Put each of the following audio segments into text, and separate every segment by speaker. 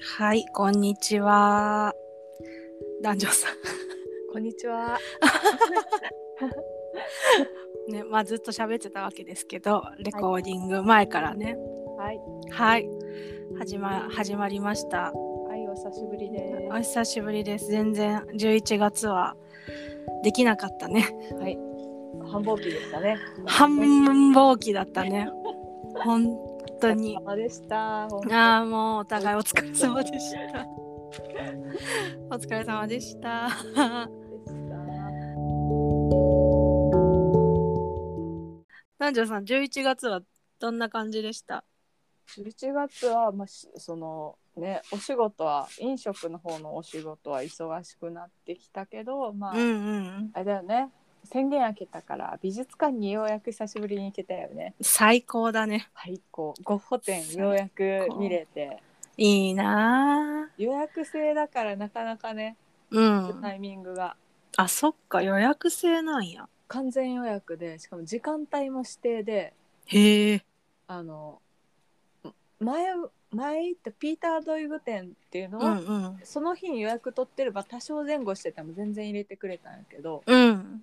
Speaker 1: はい、こんにちは。男女さ
Speaker 2: こんにちは。
Speaker 1: ん。ね、まあずっと喋ってたわけですけど、レコーディング前からね。
Speaker 2: はい、
Speaker 1: はい。始ま始まりました。
Speaker 2: はい、お久しぶりで
Speaker 1: お久しぶりです。全然11月はできなかったね。
Speaker 2: す。はい。繁忙期でしたね。
Speaker 1: 繁
Speaker 2: 期。
Speaker 1: 忙期だったね。本当に。
Speaker 2: 様でした。ほん
Speaker 1: ああもうお互いお疲れ様でした。お疲れ様でした。
Speaker 2: とでした。
Speaker 1: 男女さん11月はどんな感じでした？
Speaker 2: 11月は、まあ、しそのね、お仕事は飲食の方のお仕事は忙しくなってきたけど、まあ、
Speaker 1: うん。
Speaker 2: あれだよね。宣言開けたから美術館にようやく久しぶりに行けたよね。
Speaker 1: 最高だね。
Speaker 2: 最高。ゴッホ展ようやく見れて。
Speaker 1: いいなあ
Speaker 2: 予約制だからなかなかね、
Speaker 1: うん。
Speaker 2: タイミングが
Speaker 1: あ、そっか、予約制なんや。
Speaker 2: 完全予約で、しかも時間帯も指定で、
Speaker 1: へえ。
Speaker 2: あの前前行ったピーター・ドイグ店っていうの
Speaker 1: う
Speaker 2: は、
Speaker 1: んうん。
Speaker 2: その日に予約取ってれば多少前後してても全然入れてくれたんやけど
Speaker 1: うん。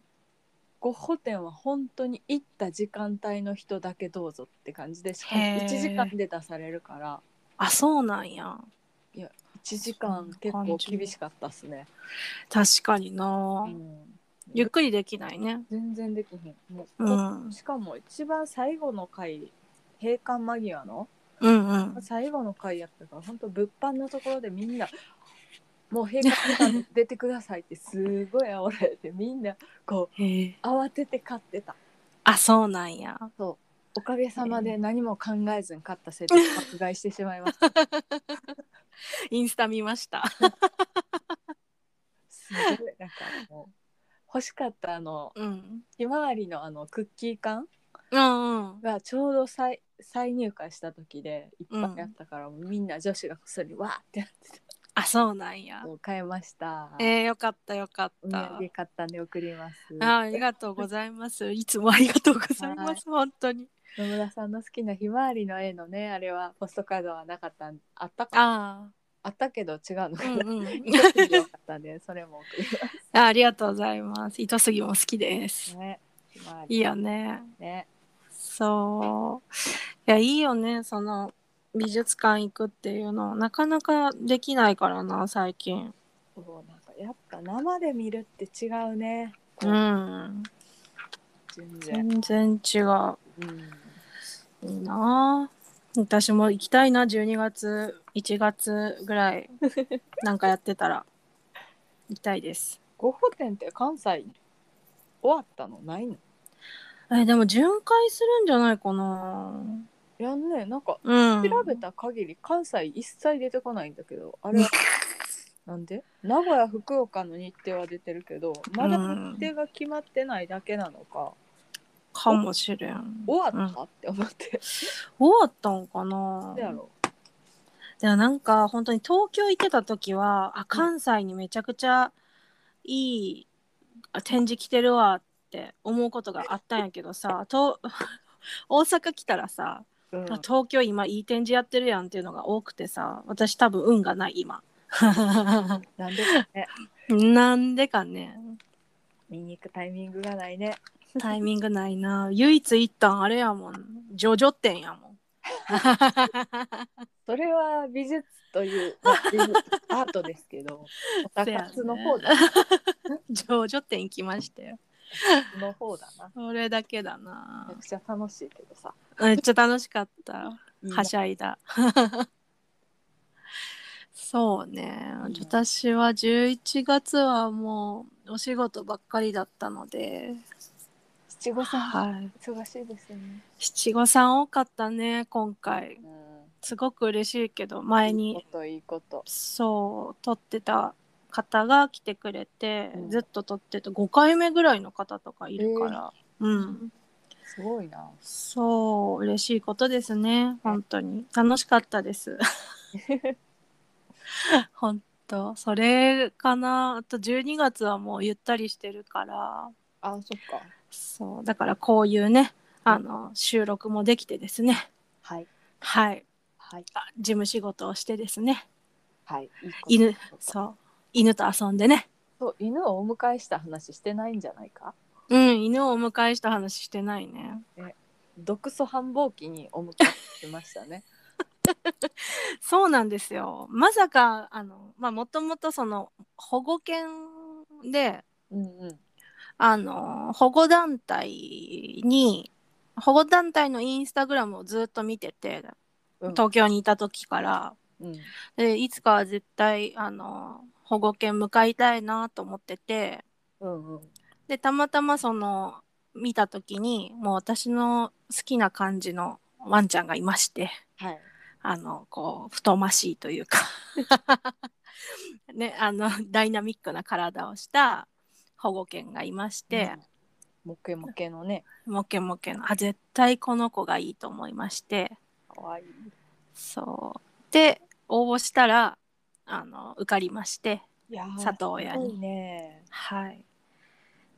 Speaker 2: ゴッホ店は本当に行った時間帯の人だけどうぞって感じでしかも
Speaker 1: へー
Speaker 2: 1時間で出されるから
Speaker 1: あ、そうなんや。
Speaker 2: 1時間結構厳しかったっすね、
Speaker 1: 確かにな、
Speaker 2: うん
Speaker 1: ゆっくりできないね。
Speaker 2: 全然できひんもう、
Speaker 1: うん。
Speaker 2: しかも一番最後の回閉館間際の
Speaker 1: うんうん。
Speaker 2: 最後の回やったから本当物販のところでみんな「もう閉館さん出てください」ってすごい煽られてみんなこ
Speaker 1: へえ。
Speaker 2: う慌てて買ってた
Speaker 1: あ、そうなんや。
Speaker 2: おかげさまで何も考えずに買ったセットを爆買いしてしまいました
Speaker 1: インスタ見ました。
Speaker 2: すごいなんかもう欲しかったあの
Speaker 1: うん。
Speaker 2: ひまわりのあのクッキー缶
Speaker 1: うんうん。
Speaker 2: がちょうど再再入荷した時でいっぱいあったから、もうみんな女子がこっそりわーってなってた
Speaker 1: あ、そうなんや。
Speaker 2: もう買いました
Speaker 1: えー、よかったよかっ
Speaker 2: お土
Speaker 1: た。
Speaker 2: 産買ったんで送ります
Speaker 1: あありがとうございます。いつもありがとうございます。本当に。
Speaker 2: 野村さんの好きなひまわりの絵のねあれはポストカードはなかったんあったか
Speaker 1: あ
Speaker 2: あったけど違うの
Speaker 1: あ、
Speaker 2: か
Speaker 1: う
Speaker 2: な、
Speaker 1: んうん。
Speaker 2: 一つでよかった んでそれも送りま
Speaker 1: あありがとうございます。糸杉も好きです
Speaker 2: す。ねひまわり
Speaker 1: いいよね。
Speaker 2: ね
Speaker 1: そう。いや、いいよね。その美術館行くっていうの、なかなかできないからな、最近。
Speaker 2: そうなんかやっぱ生で見るって違うねこ
Speaker 1: う。
Speaker 2: うん全然、
Speaker 1: 全然違う。
Speaker 2: うん、
Speaker 1: いいなあ私も行きたいな、12月、1月ぐら い、なんかやってたら、行きたいです。
Speaker 2: ゴッホ展って関西終わったのないの
Speaker 1: え、でも巡回するんじゃないかな。
Speaker 2: いやねなんか
Speaker 1: うん。
Speaker 2: 調べた限り関西一切出てこないんだけどあれは なんで名古屋福岡の日程は出てるけどまだ
Speaker 1: うん
Speaker 2: 日程が決まってないだけなのか、
Speaker 1: かもしれん。
Speaker 2: 終
Speaker 1: う
Speaker 2: わっ
Speaker 1: ん
Speaker 2: た、って思って
Speaker 1: 終わったんかな
Speaker 2: どうやろ
Speaker 1: でもなんか本当に東京行ってた時はあ関西にめちゃくちゃいいあ展示来てるわって思うことがあったんやけどさと 大阪来たらさ、
Speaker 2: う、うん
Speaker 1: あ東京今いい展示やってるやんっていうのが多くてさ私多分運がない今
Speaker 2: なんでかね
Speaker 1: なんでかね
Speaker 2: 見に行くタイミングがないね
Speaker 1: タイミングないな唯一一旦あれやもんジョジョ展やもん
Speaker 2: それは美術という、まあ、美術アートですけ どおたかつの方だ、
Speaker 1: ジョジョ展行きましたよ
Speaker 2: の方だな
Speaker 1: それだけだな
Speaker 2: めちゃくちゃ楽しいけどさ
Speaker 1: めっちゃ楽しかった。
Speaker 2: いいな
Speaker 1: はしゃいだ。そうね。私は11月はもうお仕事ばっかりだったので、
Speaker 2: 七五三、
Speaker 1: はい、
Speaker 2: 忙しいですよね、
Speaker 1: 七五三多かったね、今回。
Speaker 2: う
Speaker 1: すごく嬉しいけど、前
Speaker 2: ん、いいこ
Speaker 1: に
Speaker 2: といいこと
Speaker 1: そう、撮ってた方が来てくれて、
Speaker 2: うん
Speaker 1: ずっと撮ってた5回目ぐらいの方とかいるから、うん。
Speaker 2: すごいな
Speaker 1: そう、嬉しいことですね。本当に楽しかったです。本当、それかな。あと12月はもうゆったりしてるから、
Speaker 2: あそっか
Speaker 1: そう、だからこういうね、あの収録もできてですね。
Speaker 2: はい
Speaker 1: はい、
Speaker 2: はい
Speaker 1: あ事務仕事をしてですね。
Speaker 2: はい、いいこ
Speaker 1: 犬
Speaker 2: と
Speaker 1: そう犬と遊んでね
Speaker 2: そう犬をお迎えした話してないんじゃないか
Speaker 1: うん犬をお迎えした話してないね
Speaker 2: 毒素繁忙期にお迎えしましたね
Speaker 1: そうなんですよまさかあのまあもともとその保護犬で
Speaker 2: うんうん
Speaker 1: あの保護団体に保護団体のインスタグラムをずっと見てて
Speaker 2: うん
Speaker 1: 東京にいた時から、
Speaker 2: うん
Speaker 1: でいつかは絶対あの保護犬迎えたいなと思ってて
Speaker 2: うんうん
Speaker 1: でたまたまその見た時にもう私の好きな感じのワンちゃんがいまして
Speaker 2: はい
Speaker 1: あのこう太ましいというか ねあのダイナミックな体をした保護犬がいまして。
Speaker 2: うんモケモケのね
Speaker 1: モケモケのあ絶対この子がいいと思いまして
Speaker 2: かわいい
Speaker 1: そうで応募したらあの受かりまして
Speaker 2: いやー
Speaker 1: 里親
Speaker 2: す
Speaker 1: に
Speaker 2: ごいね
Speaker 1: はいっ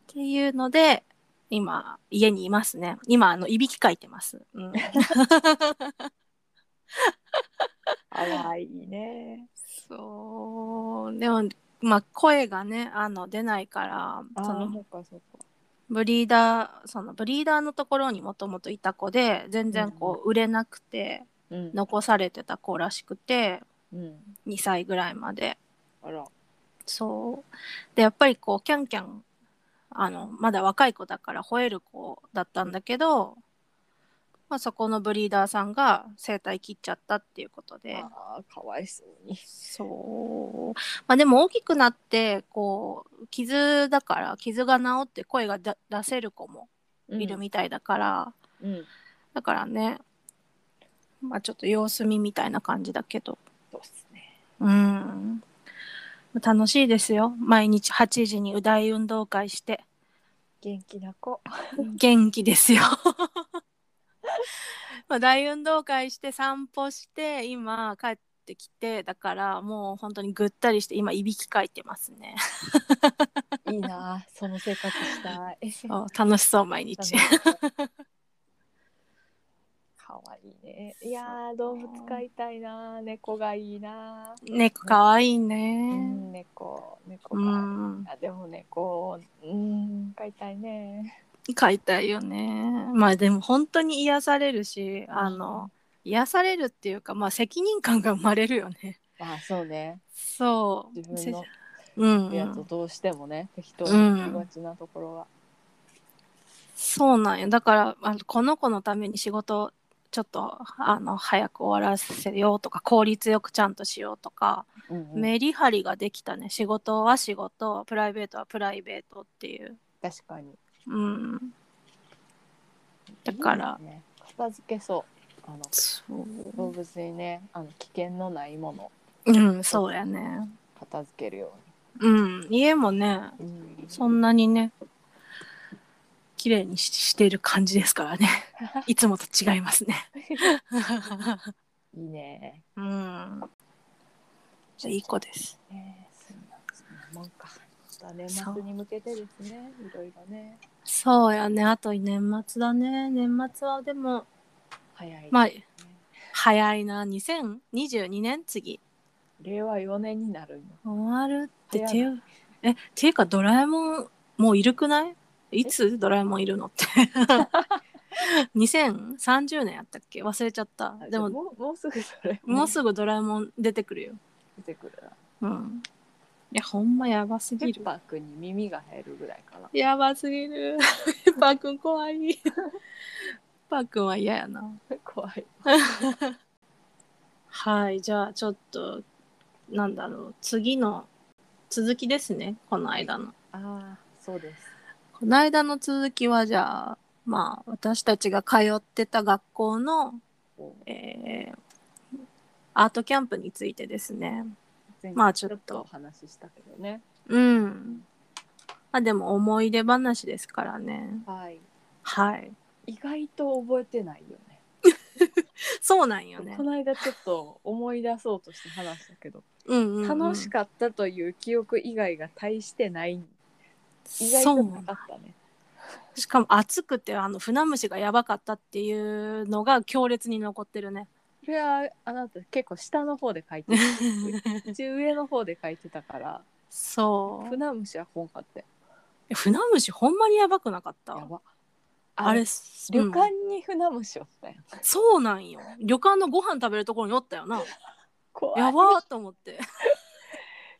Speaker 1: ていうので今家にいますね今あのいびきかいてます、うん、
Speaker 2: かわいいね
Speaker 1: そうでもまあ声がねあの出ないから そ
Speaker 2: ああ
Speaker 1: の
Speaker 2: そうかそうか
Speaker 1: ブリーダーそのブリーダーのところにもともといた子で全然こう売れなくて
Speaker 2: うん
Speaker 1: 残されてた子らしくて
Speaker 2: うん
Speaker 1: 2歳ぐらいまで
Speaker 2: あら
Speaker 1: そうでやっぱりこうキャンキャンあのまだ若い子だから吠える子だったんだけど、まあ、そこのブリーダーさんが声帯切っちゃったっていうことで
Speaker 2: あーかわいそうに
Speaker 1: そう、まあ、でも大きくなってこう傷だから傷が治って声がだ出せる子もいるみたいだから、
Speaker 2: うん
Speaker 1: だからねまあちょっと様子見みたいな感じだけど
Speaker 2: そうっすね
Speaker 1: うん。楽しいですよ。毎日8時にう大運動会して。
Speaker 2: 元気な子
Speaker 1: 元気ですよ。 まあ大運動会して散歩して、今帰ってきて、だからもう本当にぐったりして、今いびきかいてますね。
Speaker 2: いいな ーその生活したい
Speaker 1: あ 楽しそう、毎日。
Speaker 2: かわいいね。いやー動物飼いたいなー猫がいいな
Speaker 1: 猫かわいい
Speaker 2: ー、う
Speaker 1: ね。
Speaker 2: ん、猫猫
Speaker 1: う
Speaker 2: が、
Speaker 1: ん。
Speaker 2: あでも猫うん飼いたいね
Speaker 1: 飼いたいよね。まあでも本当に癒されるし、あの、癒されるっていうか、まあ責任感が生まれるよね。
Speaker 2: まあそうね
Speaker 1: そう。
Speaker 2: 自分の
Speaker 1: うんう
Speaker 2: やつを
Speaker 1: ん、
Speaker 2: どうしてもね、適当に行きがちなところは、
Speaker 1: そうなんよだからあのこの子のために仕事をちょっとあの早く終わらせようとか効率よくちゃんとしようとか、
Speaker 2: うんうん
Speaker 1: メリハリができたね仕事は仕事プライベートはプライベートっていう、
Speaker 2: 確かに
Speaker 1: うん、だから
Speaker 2: いいですね、片付けそうあの
Speaker 1: そう,、
Speaker 2: 動物にねあの危険のないもの
Speaker 1: うん、そうやね、
Speaker 2: 片付けるよ
Speaker 1: うん、家もね
Speaker 2: うに、うん
Speaker 1: そんなにね綺麗にししてる感じです からねいつもと違いますね。
Speaker 2: いいね
Speaker 1: うん。じゃあいい子です。
Speaker 2: ねそんなそんなもんかまた年末に向けてですねいろいろね
Speaker 1: そうやね。あと年末だね。年末はでも、
Speaker 2: 早い、
Speaker 1: まあ、早いな。2022年次。
Speaker 2: 令和4年になるんだ
Speaker 1: 終わるって。
Speaker 2: 早
Speaker 1: て
Speaker 2: い
Speaker 1: いうえ、ていうかドラえもん、もういるくないいつドラえもんいるのって。2030年やったっけ忘れちゃった。
Speaker 2: あ
Speaker 1: でも、
Speaker 2: もうもうすぐそれ
Speaker 1: もうすぐドラえもん出てくるよ。
Speaker 2: 出てくるな
Speaker 1: うん。いや、ほんまやばす
Speaker 2: ペ
Speaker 1: ぎる
Speaker 2: ッ。パーくんに耳が入るぐらいかな
Speaker 1: やばすぎる。 ペッパーくん怖い。 ペッパーくんは嫌やな。
Speaker 2: 怖い
Speaker 1: はい、じゃあちょっと、なんだろう、次の続きですね、この間の。
Speaker 2: ああそうです
Speaker 1: この間の続きは、じゃあ、まあ、私たちが通ってた学校の、
Speaker 2: こう
Speaker 1: えーアートキャンプについてですね。
Speaker 2: 前回
Speaker 1: まあちょっと
Speaker 2: お話ししたけどね
Speaker 1: うん。まあでも思い出話ですからね。
Speaker 2: はい
Speaker 1: はい。
Speaker 2: 意外と覚えてないよね
Speaker 1: そうなんよね
Speaker 2: こ。の間ちょっと思い出そうとして話したけど、
Speaker 1: うんうんうん、
Speaker 2: 楽しかったという記憶以外が大してない意外
Speaker 1: そ
Speaker 2: と
Speaker 1: う
Speaker 2: なかったね
Speaker 1: しかも暑くてあの船虫がやばかったっていうのが強烈に残ってるね。
Speaker 2: れはあなた結構下の方で書い てるうち上の方で書いてたから
Speaker 1: そう
Speaker 2: 船虫は本買って
Speaker 1: え船虫ほんまにやばくなかった
Speaker 2: やば
Speaker 1: あれ
Speaker 2: 旅
Speaker 1: うん
Speaker 2: 館に船虫おったやん、
Speaker 1: そうなんよ旅館のご飯食べるところにおったよな
Speaker 2: 怖い
Speaker 1: やばーと思って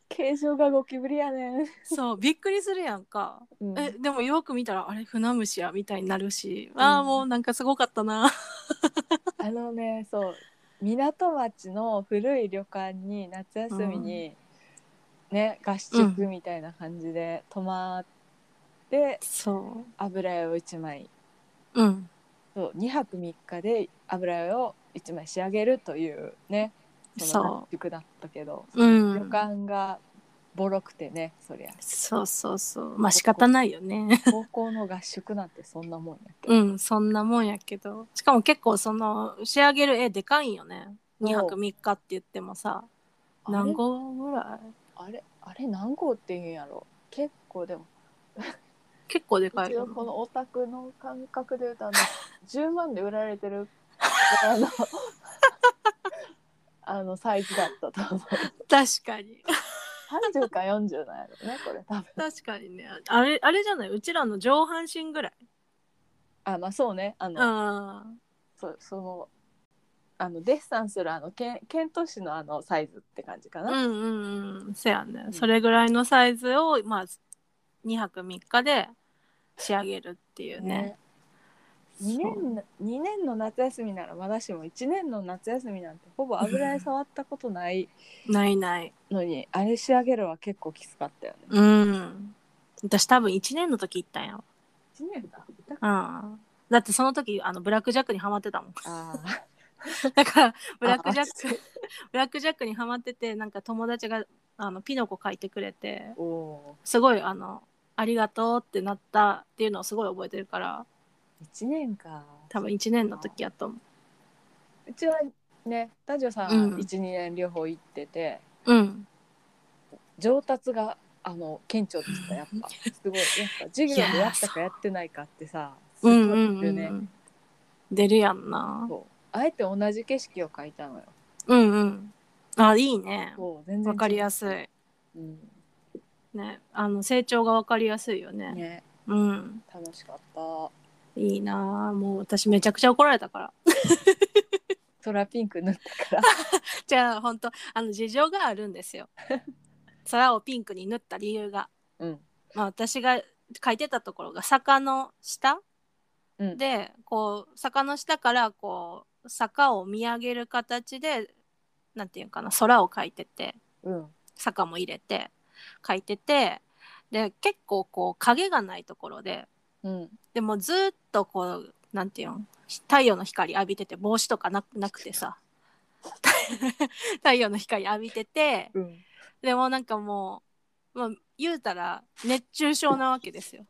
Speaker 2: 形状がゴキブリやねん、
Speaker 1: そうびっくりするやんか
Speaker 2: うん
Speaker 1: えでもよく見たらあれ船虫やみたいになるしああ
Speaker 2: うん
Speaker 1: もうなんかすごかったな
Speaker 2: あのねそう港町の古い旅館に夏休みに、ね合宿みたいな感じで泊まって、
Speaker 1: そ
Speaker 2: 油絵を1枚
Speaker 1: ううん
Speaker 2: そう2泊3日で油絵を1枚仕上げるというねその
Speaker 1: そ
Speaker 2: 合宿だったけど、
Speaker 1: うう
Speaker 2: 旅
Speaker 1: ん
Speaker 2: 館がボロくてねそりゃ
Speaker 1: そうそうそうまあ仕方ないよね
Speaker 2: 高校の合宿なんてそんなもんやけど、
Speaker 1: うんそんなもんやけどしかも結構その仕上げる絵でかいんよね
Speaker 2: そう
Speaker 1: 2泊3日って言ってもさ
Speaker 2: あれ
Speaker 1: 何号ぐらい
Speaker 2: あれあれ何号って言うんやろ結構でも
Speaker 1: 結構でかい
Speaker 2: 一
Speaker 1: よ
Speaker 2: 応このオタクの感覚で言う とあの10万で売られてるあ のあのサイズだったと思う
Speaker 1: 確かに
Speaker 2: 30か40なんやろねこれ多分
Speaker 1: 確かにねあれあれじゃないうちらの上半身ぐらい
Speaker 2: あまあそうねあの、
Speaker 1: あー
Speaker 2: そそのあのデッサンするあのけん遣唐使のあのサイズって感じか
Speaker 1: う
Speaker 2: な、
Speaker 1: んうんうんせやね、
Speaker 2: ん
Speaker 1: それぐらいのサイズをまあ2泊3日で仕上げるっていうね
Speaker 2: 2
Speaker 1: そう
Speaker 2: 年の二年の夏休みならまだしも1年の夏休みなんてほぼ油絵触ったことない
Speaker 1: ないない
Speaker 2: のに、あれ仕上げるは結構きつかったよね
Speaker 1: うん私多分1年の時行ったんやわ
Speaker 2: 1年だだか
Speaker 1: うんだってその時あのブラックジャックにはまってたもん
Speaker 2: らあー
Speaker 1: だからブラックジャッ
Speaker 2: あ
Speaker 1: クブラックジャックにはまっててなんか友達があのピノコ書いてくれて
Speaker 2: お お
Speaker 1: すごいあのありがとうってなったっていうのをすごい覚えてるから
Speaker 2: 1年か
Speaker 1: 多分1年の時やと思
Speaker 2: うちはねダジオさ
Speaker 1: うん
Speaker 2: ん12、2年両方行ってて
Speaker 1: ううん
Speaker 2: 上達があの顕著でしたやっぱすごいやっぱ授業でやったかやってないかってさす
Speaker 1: う
Speaker 2: ごい
Speaker 1: んう
Speaker 2: よ
Speaker 1: ん
Speaker 2: ね、
Speaker 1: うんうん出るやんな
Speaker 2: そうあえて同じ景色を描いたのよ
Speaker 1: うんうんあいいね
Speaker 2: そう全然違う
Speaker 1: わかりやすい
Speaker 2: うん
Speaker 1: ねあの成長がわかりやすいよね
Speaker 2: ね
Speaker 1: うん
Speaker 2: 楽しかった
Speaker 1: いいなあもう私めちゃくちゃ怒られたから
Speaker 2: トラピンク塗った から
Speaker 1: じゃあ本当あの事情があるん ですよ空をピンクに塗った理由が、
Speaker 2: うん
Speaker 1: まあ、私が書いてたところが坂の下
Speaker 2: うん
Speaker 1: でこう坂の下からこう坂を見上げる形でなんていうかな空を描いてて
Speaker 2: うん
Speaker 1: 坂も入れて描いててで結構こう影がないところで
Speaker 2: うん
Speaker 1: でもずっとこうなんていうん太陽の光浴びてて帽子とかななくてさ太陽の光浴びてて
Speaker 2: うん
Speaker 1: でもなんかもう、まあ、言うたら熱中症なわけですよ。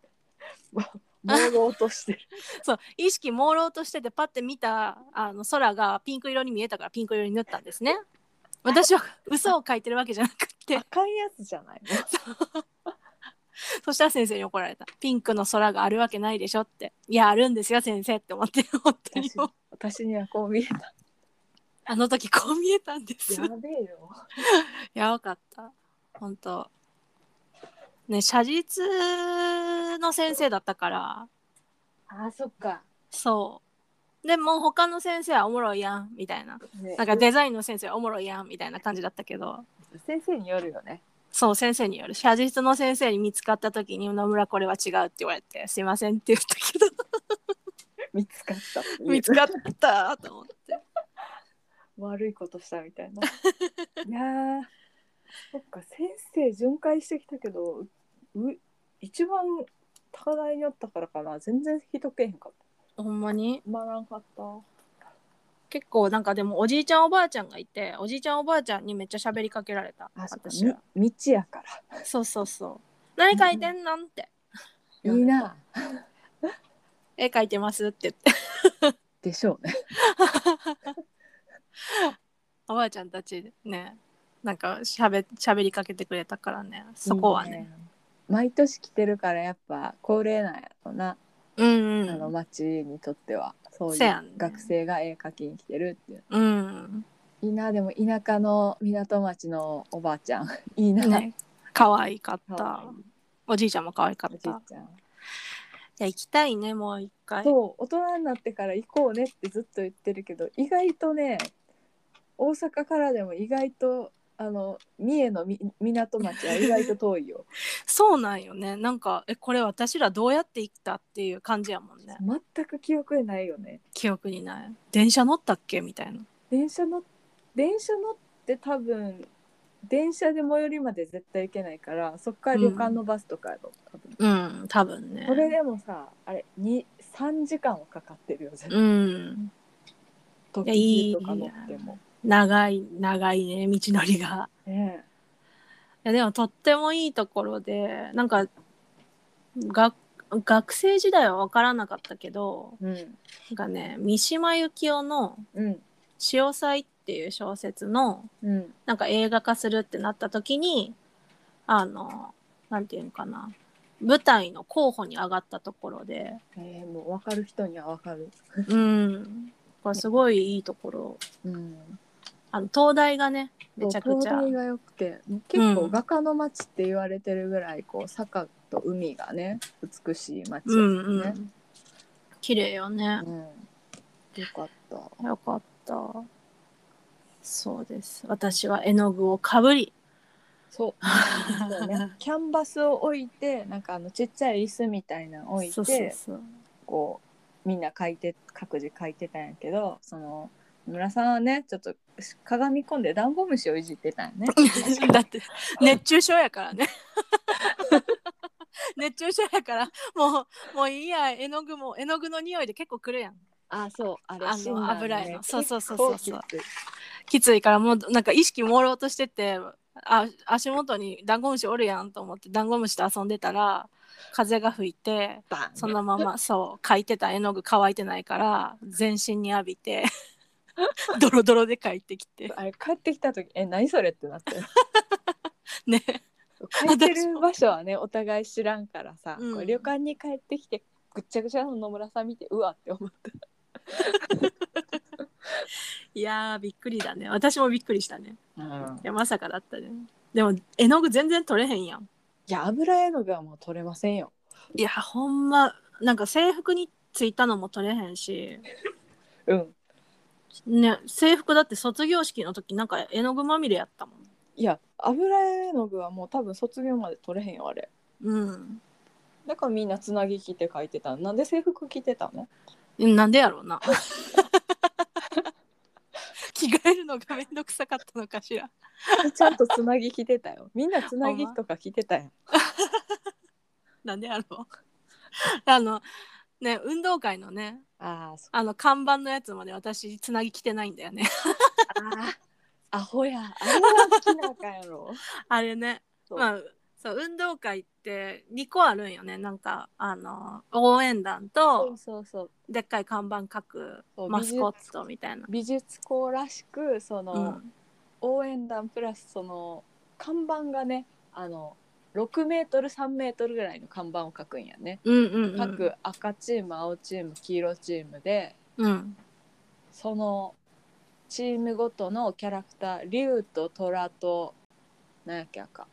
Speaker 2: 朦朧としてる
Speaker 1: そう意識朦朧としててパッて見たあの空がピンク色に見えたからピンク色に塗ったん ですね。私は嘘を書いてるわけじゃなくって
Speaker 2: 赤いやつじゃないの
Speaker 1: そしたら先生に怒られた。ピンクの空があるわけないでしょって。いや、あるんですよ、先生って思って、本当に
Speaker 2: 私
Speaker 1: もう。
Speaker 2: 私にはこう見えた
Speaker 1: あの時こう見えたんです。
Speaker 2: やべえよ
Speaker 1: やばかった。本当。ね、写実の先生だったから、
Speaker 2: あーそっか、
Speaker 1: そう。でもう他の先生はおもろいやん、みたいな。
Speaker 2: ね
Speaker 1: なんかデザインの先生はおもろいやん、みたいな感じだったけど、
Speaker 2: 先生によるよね
Speaker 1: そう、先生による。写実の先生に見つかった時に、野村これは違うって言われて、すいませんって言ったけど。
Speaker 2: 見つかったっていう
Speaker 1: 見 つかったと思って
Speaker 2: 悪いことしたみた いないやーそっか先生巡回してきたけどう一番高台におったからかな全然人けえへんかっ
Speaker 1: ほんまに
Speaker 2: たまらんかった
Speaker 1: 結構なんかでもおじいちゃんおばあちゃんがいておじいちゃんおばあちゃんにめっちゃ喋りかけられた私は
Speaker 2: み道やから
Speaker 1: そうそうそう何書いてんのんって
Speaker 2: いいな
Speaker 1: 絵描いてますって言って
Speaker 2: でしょうね
Speaker 1: おばあちゃんたちねなんかしゃべ喋りかけてくれたからねそこはね
Speaker 2: いい毎年来てるからやっぱ恒例なんやろうな、
Speaker 1: うんうん
Speaker 2: あの町にとってはそうい
Speaker 1: せや
Speaker 2: うん
Speaker 1: ね
Speaker 2: 学生が絵描きに来てるっていう
Speaker 1: うん
Speaker 2: いいなでも田舎の港町のおばあちゃん いいな、
Speaker 1: ね可愛かっ
Speaker 2: かわ
Speaker 1: た
Speaker 2: いい
Speaker 1: おじいちゃんも可愛か
Speaker 2: お
Speaker 1: っ
Speaker 2: じい
Speaker 1: たい
Speaker 2: ちゃん
Speaker 1: や行きたいねもう一回
Speaker 2: そう大人になってから行こうねってずっと言ってるけど意外とね大阪からでも意外とあの三重のみ港町は意外と遠い よ
Speaker 1: そうなんよねなんかえこれ私らどうやって行ったっていう感じやもんね
Speaker 2: 全く記憶にないよね
Speaker 1: 記憶にない電車乗ったっけみたいな
Speaker 2: 電車乗っ電車乗って多分電車で最寄りまで絶対行けないからそっから旅館のバスとかやろ、多分
Speaker 1: うん多分ね
Speaker 2: これでもさあれ3時間はかかってるよ絶対
Speaker 1: うん
Speaker 2: 特
Speaker 1: いや
Speaker 2: 急とか乗っても
Speaker 1: 長い長いね道のりが
Speaker 2: ね
Speaker 1: いやでもとってもいいところでなんかが学生時代は分からなかったけど
Speaker 2: え
Speaker 1: なんかね三島由紀夫の
Speaker 2: うん
Speaker 1: 「潮騒」っていう小説の
Speaker 2: うんうん
Speaker 1: なんか映画化するってなった時にあのなんていうのかな舞台の候補に上がったところで
Speaker 2: えーもう分かる人には分かる
Speaker 1: うんこれすごいいいところ
Speaker 2: うん
Speaker 1: あの東大がねめちゃくちゃ
Speaker 2: 灯台が良くて結
Speaker 1: う
Speaker 2: 構
Speaker 1: ん
Speaker 2: 画家の町って言われてるぐらいこう坂と海がね美しい町です
Speaker 1: うんう
Speaker 2: ね、
Speaker 1: ん綺麗よね、
Speaker 2: うんよかった
Speaker 1: よかった。そうです。私は絵の具をかぶり。
Speaker 2: そうそ うねキャンバスを置いてなんかあのちっちゃい椅子みたいなの置いて
Speaker 1: そうそうそう。
Speaker 2: こうみんな書いて各自書いてたんやけどその村さんはねちょっとかがみ込んでダンゴムシをいじってたんやね
Speaker 1: だって熱中症やからね。 熱中症やからもうもういいや絵の具も絵の具の匂いで結構くるやん
Speaker 2: あそうあ
Speaker 1: あの
Speaker 2: 死んだんだ
Speaker 1: 油絵のそうそうそうそうそう
Speaker 2: 結構きつい
Speaker 1: きついからもうなんか意識朦朧としててあ足元にダンゴムシおるやんと思ってダンゴムシと遊んでたら風が吹いて
Speaker 2: バーン
Speaker 1: そのま まそう描いてた絵の具乾いてないから全身に浴びて ドロドロで描いてきて
Speaker 2: あれ帰ってきた時え何それってな ったよ
Speaker 1: ね
Speaker 2: 帰ってる場所はねお互い知らんからさ、
Speaker 1: うん
Speaker 2: こう旅館に帰ってきてぐっちゃぐちゃの野村さん見てうわって思った
Speaker 1: いやーびっくりだね私もびっくりしたね
Speaker 2: うん
Speaker 1: いやまさかだったねでも絵の具全然取れへんやん
Speaker 2: いや油絵の具はもう取れませんよ
Speaker 1: いやほんまなんか制服についたのも取れへんし、
Speaker 2: うん
Speaker 1: ね、制服だって卒業式の時なんか絵の具まみれやったもん
Speaker 2: いや油絵の具はもう多分卒業まで取れへんよあれ
Speaker 1: うん
Speaker 2: だからみんなつなぎ着て書いてたなんで制服着てたの
Speaker 1: なんでやろうな 着替えるのがめんどくさかったのかしら
Speaker 2: ちゃんとつなぎ着てたよみんなつなぎとか着てたよ
Speaker 1: なんでやろうあのね運動会のね
Speaker 2: あーそ
Speaker 1: あの看板のやつまで私つなぎ着てないんだよね
Speaker 2: あーアホやあれは着なあかんやろ
Speaker 1: あれね
Speaker 2: そう
Speaker 1: まあそう運動会って2個あるんよねなんかあの応援団
Speaker 2: そう
Speaker 1: と
Speaker 2: そうそう
Speaker 1: でっかい看板書く
Speaker 2: そう
Speaker 1: マスコットみたいな、
Speaker 2: 美術校らしくその、
Speaker 1: うん、
Speaker 2: 応援団プラスその看板がねあの6メートル3メートルぐらいの看板を書くんやね
Speaker 1: うんうんうん
Speaker 2: 各赤チーム青チーム黄色チームで
Speaker 1: うん
Speaker 2: そのチームごとのキャラクター竜と虎と何やっけ赤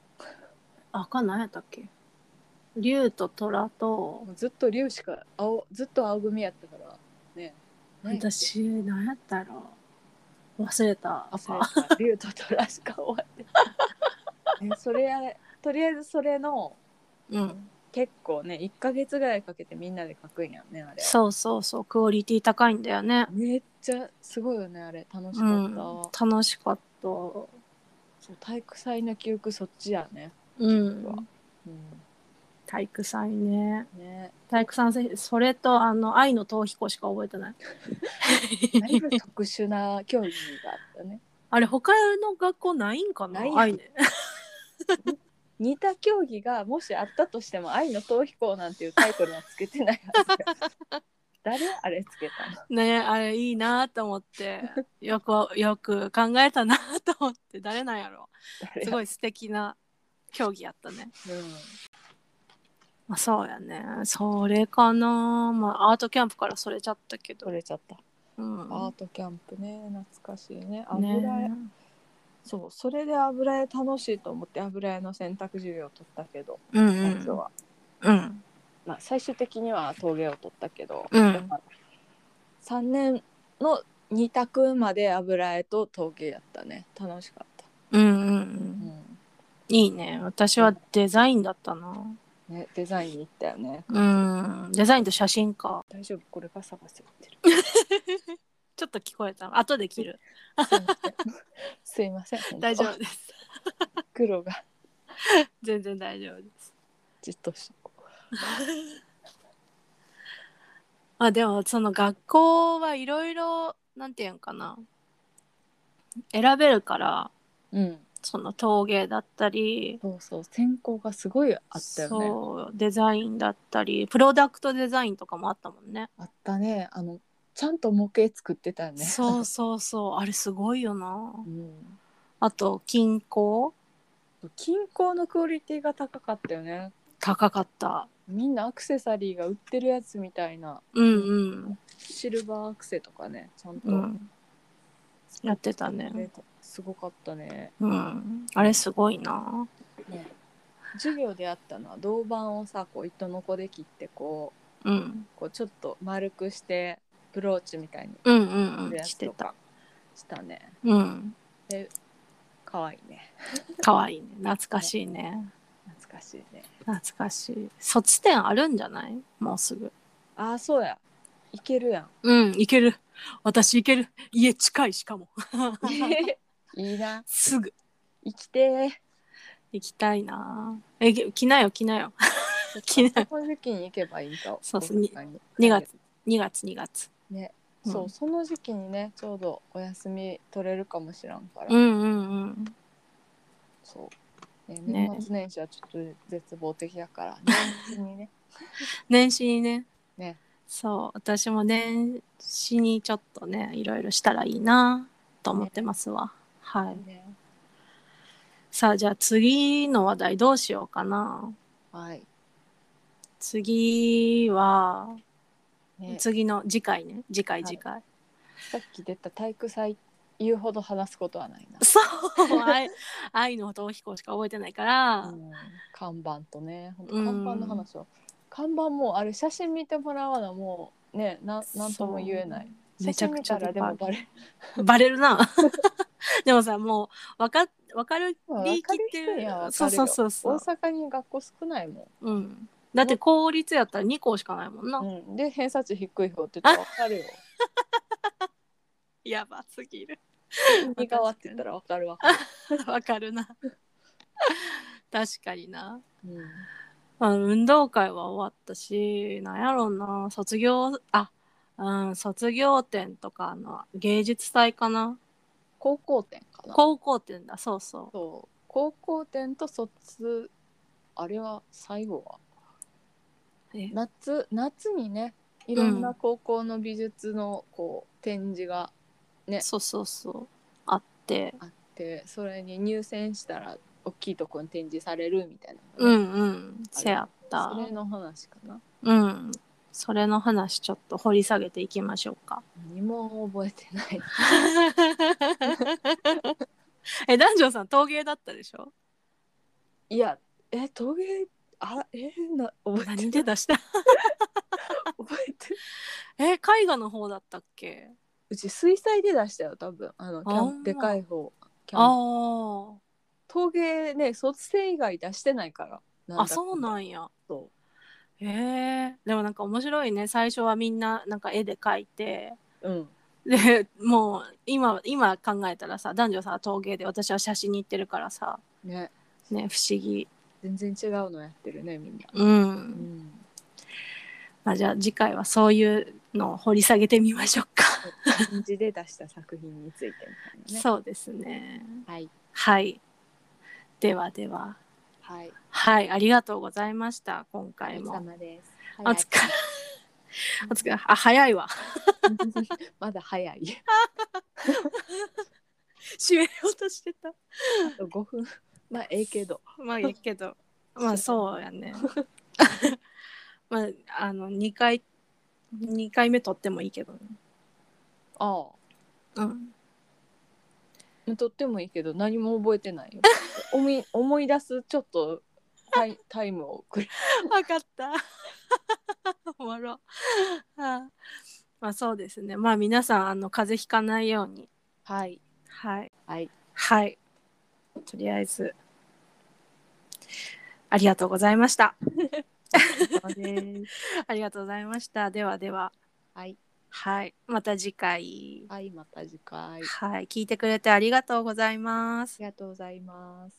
Speaker 1: あかん何やったっけ竜と虎と
Speaker 2: もうずっと竜しか青ずっと青組やったからね何やっけ
Speaker 1: 私何やったろう忘れた
Speaker 2: あそうか竜と虎しか終わ ってないえそれやとりあえずそれの
Speaker 1: うん
Speaker 2: 結構ね1ヶ月ぐらいかけてみんなで書くんやねあれ
Speaker 1: そうそうそうクオリティ高いんだよね
Speaker 2: めっちゃすごいよねあれ楽
Speaker 1: う
Speaker 2: しかった、
Speaker 1: ん、楽しかった。
Speaker 2: そう体育祭の記憶そっちやね、
Speaker 1: うん。
Speaker 2: うん、
Speaker 1: 体育祭ね。
Speaker 2: ね
Speaker 1: 体育祭せそれとあの愛の逃避行しか覚えてない。
Speaker 2: だいぶ特殊な競技があったね
Speaker 1: あれ他の学校ないんかな。
Speaker 2: ない
Speaker 1: 愛ね。
Speaker 2: 似た競技がもしあったとしても「愛の逃避行」なんていうタイトルはつけてないはず誰あれつけたの
Speaker 1: ねあれいいなと思ってよくよく考えたなと思って誰なんやろ
Speaker 2: 誰
Speaker 1: すごい素敵な競技やったね。
Speaker 2: うん
Speaker 1: まあ、そうやねそれかなまあアートキャンプからそれちゃったけど
Speaker 2: 取れちゃった、
Speaker 1: うん
Speaker 2: アートキャンプね懐かしいね
Speaker 1: ね
Speaker 2: 油絵、そうそれで油絵楽しいと思って油絵の選択授業を取ったけど
Speaker 1: うんう
Speaker 2: 最
Speaker 1: ん
Speaker 2: 初は、
Speaker 1: うん
Speaker 2: まあ、最終的には陶芸を取ったけど、
Speaker 1: うん
Speaker 2: だから3年の2択まで油絵と陶芸やったね楽しかった、
Speaker 1: うんうんうんいいね私はデザインだったな
Speaker 2: ね、デザインに行ったよね
Speaker 1: うんデザインと写真か
Speaker 2: 大丈夫これバサバサ言ってる
Speaker 1: ちょっと聞こえた後で切る
Speaker 2: すい ません。本当
Speaker 1: 大丈夫。です
Speaker 2: 黒が
Speaker 1: 全然大丈夫です
Speaker 2: じっとしとこう。
Speaker 1: まあでもその学校はいろいろなんていうんかな選べるから
Speaker 2: うん。
Speaker 1: その陶芸だったり
Speaker 2: そうそう。選考がすごいあったよね。
Speaker 1: そうデザインだったりプロダクトデザインとかもあったもんね
Speaker 2: あったね。あのちゃんと模型作ってたよね。
Speaker 1: そうそうそうあれすごいよな
Speaker 2: うん。
Speaker 1: あと金工
Speaker 2: 金工のクオリティが高かったよね。
Speaker 1: 高かった
Speaker 2: みんなアクセサリーが売ってるやつみたいな
Speaker 1: うんうん
Speaker 2: シルバーアクセとかねちゃんと、
Speaker 1: うんやってたね
Speaker 2: すごかったね
Speaker 1: うんあれすごいな
Speaker 2: ね授業であったのは銅板をさこう糸のこで切ってこ
Speaker 1: うん
Speaker 2: うこうちょっと丸くしてブローチみたいに
Speaker 1: うんうん
Speaker 2: す
Speaker 1: う
Speaker 2: る
Speaker 1: ん
Speaker 2: や
Speaker 1: し
Speaker 2: つ
Speaker 1: て
Speaker 2: と
Speaker 1: た
Speaker 2: かしたね
Speaker 1: うん
Speaker 2: 可愛いね
Speaker 1: かわいいね懐かしいね
Speaker 2: 懐かしいね
Speaker 1: 懐かしい卒点あるんじゃないもうすぐ
Speaker 2: ああそうやいけるやん
Speaker 1: うんいける私いける家近いしかも
Speaker 2: いいな
Speaker 1: すぐ
Speaker 2: 生きて
Speaker 1: 行きたいなえ来なよ来なよ
Speaker 2: ー
Speaker 1: きな
Speaker 2: パソコン時期に行けばいいんか
Speaker 1: そうそうに
Speaker 2: 大阪に
Speaker 1: 2月2月2月うん
Speaker 2: そうその時期にねちょうどお休み取れるかもしらんから、
Speaker 1: うんうんうん
Speaker 2: そう、ね、
Speaker 1: ね
Speaker 2: 年末年始はちょっと絶望的だから、 年末にね
Speaker 1: 年始にね
Speaker 2: ね
Speaker 1: そう私も年始にちょっとねいろいろしたらいいなと思ってますわ、はい
Speaker 2: ね
Speaker 1: さあじゃあ次の話題どうしようかな
Speaker 2: はい
Speaker 1: 次は、
Speaker 2: ね
Speaker 1: 次の次回ね次回
Speaker 2: い
Speaker 1: 次回、
Speaker 2: さっき出た体育祭言うほど話すことはないな、
Speaker 1: そう 愛愛の逃避行しか覚えてないから、
Speaker 2: うん看板とね本当
Speaker 1: うん
Speaker 2: 看板の話を、看板もあれ写真見てもらわなもうねななんとも言えない
Speaker 1: そう
Speaker 2: 写真見たら
Speaker 1: めち
Speaker 2: で
Speaker 1: ゃくちゃ
Speaker 2: もバレ
Speaker 1: バレる なでもさもう分か分かる
Speaker 2: まあ
Speaker 1: りきっ
Speaker 2: 分か
Speaker 1: て
Speaker 2: る人には
Speaker 1: る
Speaker 2: 分か
Speaker 1: そう
Speaker 2: る
Speaker 1: そ
Speaker 2: よ
Speaker 1: うそうそ
Speaker 2: 大
Speaker 1: う、
Speaker 2: 阪に学校少ないも
Speaker 1: うん、だって公立やったら2校しかないもんな、
Speaker 2: ん、うん、で偏差値低い方って言ったら 分かるよ
Speaker 1: やばすぎる
Speaker 2: 右側って言ったら分かる分かる、
Speaker 1: わかるな。確かにな。
Speaker 2: うん、
Speaker 1: まあ、運動会は終わったし、なんやろうな、卒業、あ、うん、卒業展とかの芸術祭かな。
Speaker 2: 高校展かな
Speaker 1: 高校展だ、そうそ
Speaker 2: そう高校展と卒あれは最後は
Speaker 1: う。え
Speaker 2: 夏夏にねいろんな高校の美術のこう展示が
Speaker 1: そうそうそう。あって。
Speaker 2: あってそれに入選したら大きいとこに展示されるみたいなの
Speaker 1: う
Speaker 2: がね、
Speaker 1: んうん、せやった。
Speaker 2: それの話かな
Speaker 1: うん。それの話ちょっと掘り下げていきましょう か。
Speaker 2: 何も覚えてない
Speaker 1: え、男女さん陶芸だったでしょ
Speaker 2: いやえ陶芸あえな覚えて
Speaker 1: 何で出した
Speaker 2: 覚えて
Speaker 1: え、絵画の方だったっけ
Speaker 2: うち水彩で出したよ多分あのキャン
Speaker 1: あー
Speaker 2: でかい方キャン
Speaker 1: あ
Speaker 2: 陶芸ね卒生以外出してないから
Speaker 1: ああそうなん
Speaker 2: だ
Speaker 1: んや
Speaker 2: そ
Speaker 1: へえでもなんか面白いね最初はみんななんか絵で描いて
Speaker 2: ううん
Speaker 1: でもう今今考えたらさ男女さんは陶芸で私は写真に行ってるからさ
Speaker 2: ね
Speaker 1: ね不思議
Speaker 2: 全然違うのやってるねみんな、
Speaker 1: う、
Speaker 2: うんん、
Speaker 1: まあ、じゃあ次回はそういうのを掘り下げてみましょうか、
Speaker 2: 展示で出した作品についてみたいなね
Speaker 1: そうですね
Speaker 2: はい
Speaker 1: はいではでは
Speaker 2: はい
Speaker 1: はいありがとうございました今
Speaker 2: お疲
Speaker 1: 回
Speaker 2: れ
Speaker 1: も
Speaker 2: 様です
Speaker 1: お疲れお疲れあ早いわ
Speaker 2: 早い まだ早い
Speaker 1: 締めようとしてた
Speaker 2: あと5分まあええけど
Speaker 1: まあいいけどまあそうやねまああの2回2回目取ってもいいけどね、
Speaker 2: あ
Speaker 1: うん、
Speaker 2: あとってもいいけど何も覚えてないよ思い思い出すちょっとタイタイムをくれ
Speaker 1: 分かったおもろあまあそうですねまあ皆さんあの風邪ひかないように
Speaker 2: はい
Speaker 1: はい
Speaker 2: はい
Speaker 1: はいとりあえずありがとうございましたありがとうございましたではでは
Speaker 2: はい
Speaker 1: はいまた次回
Speaker 2: はいまた次回あ
Speaker 1: はい、聞いてくれてありがとうございます。
Speaker 2: りがとうございます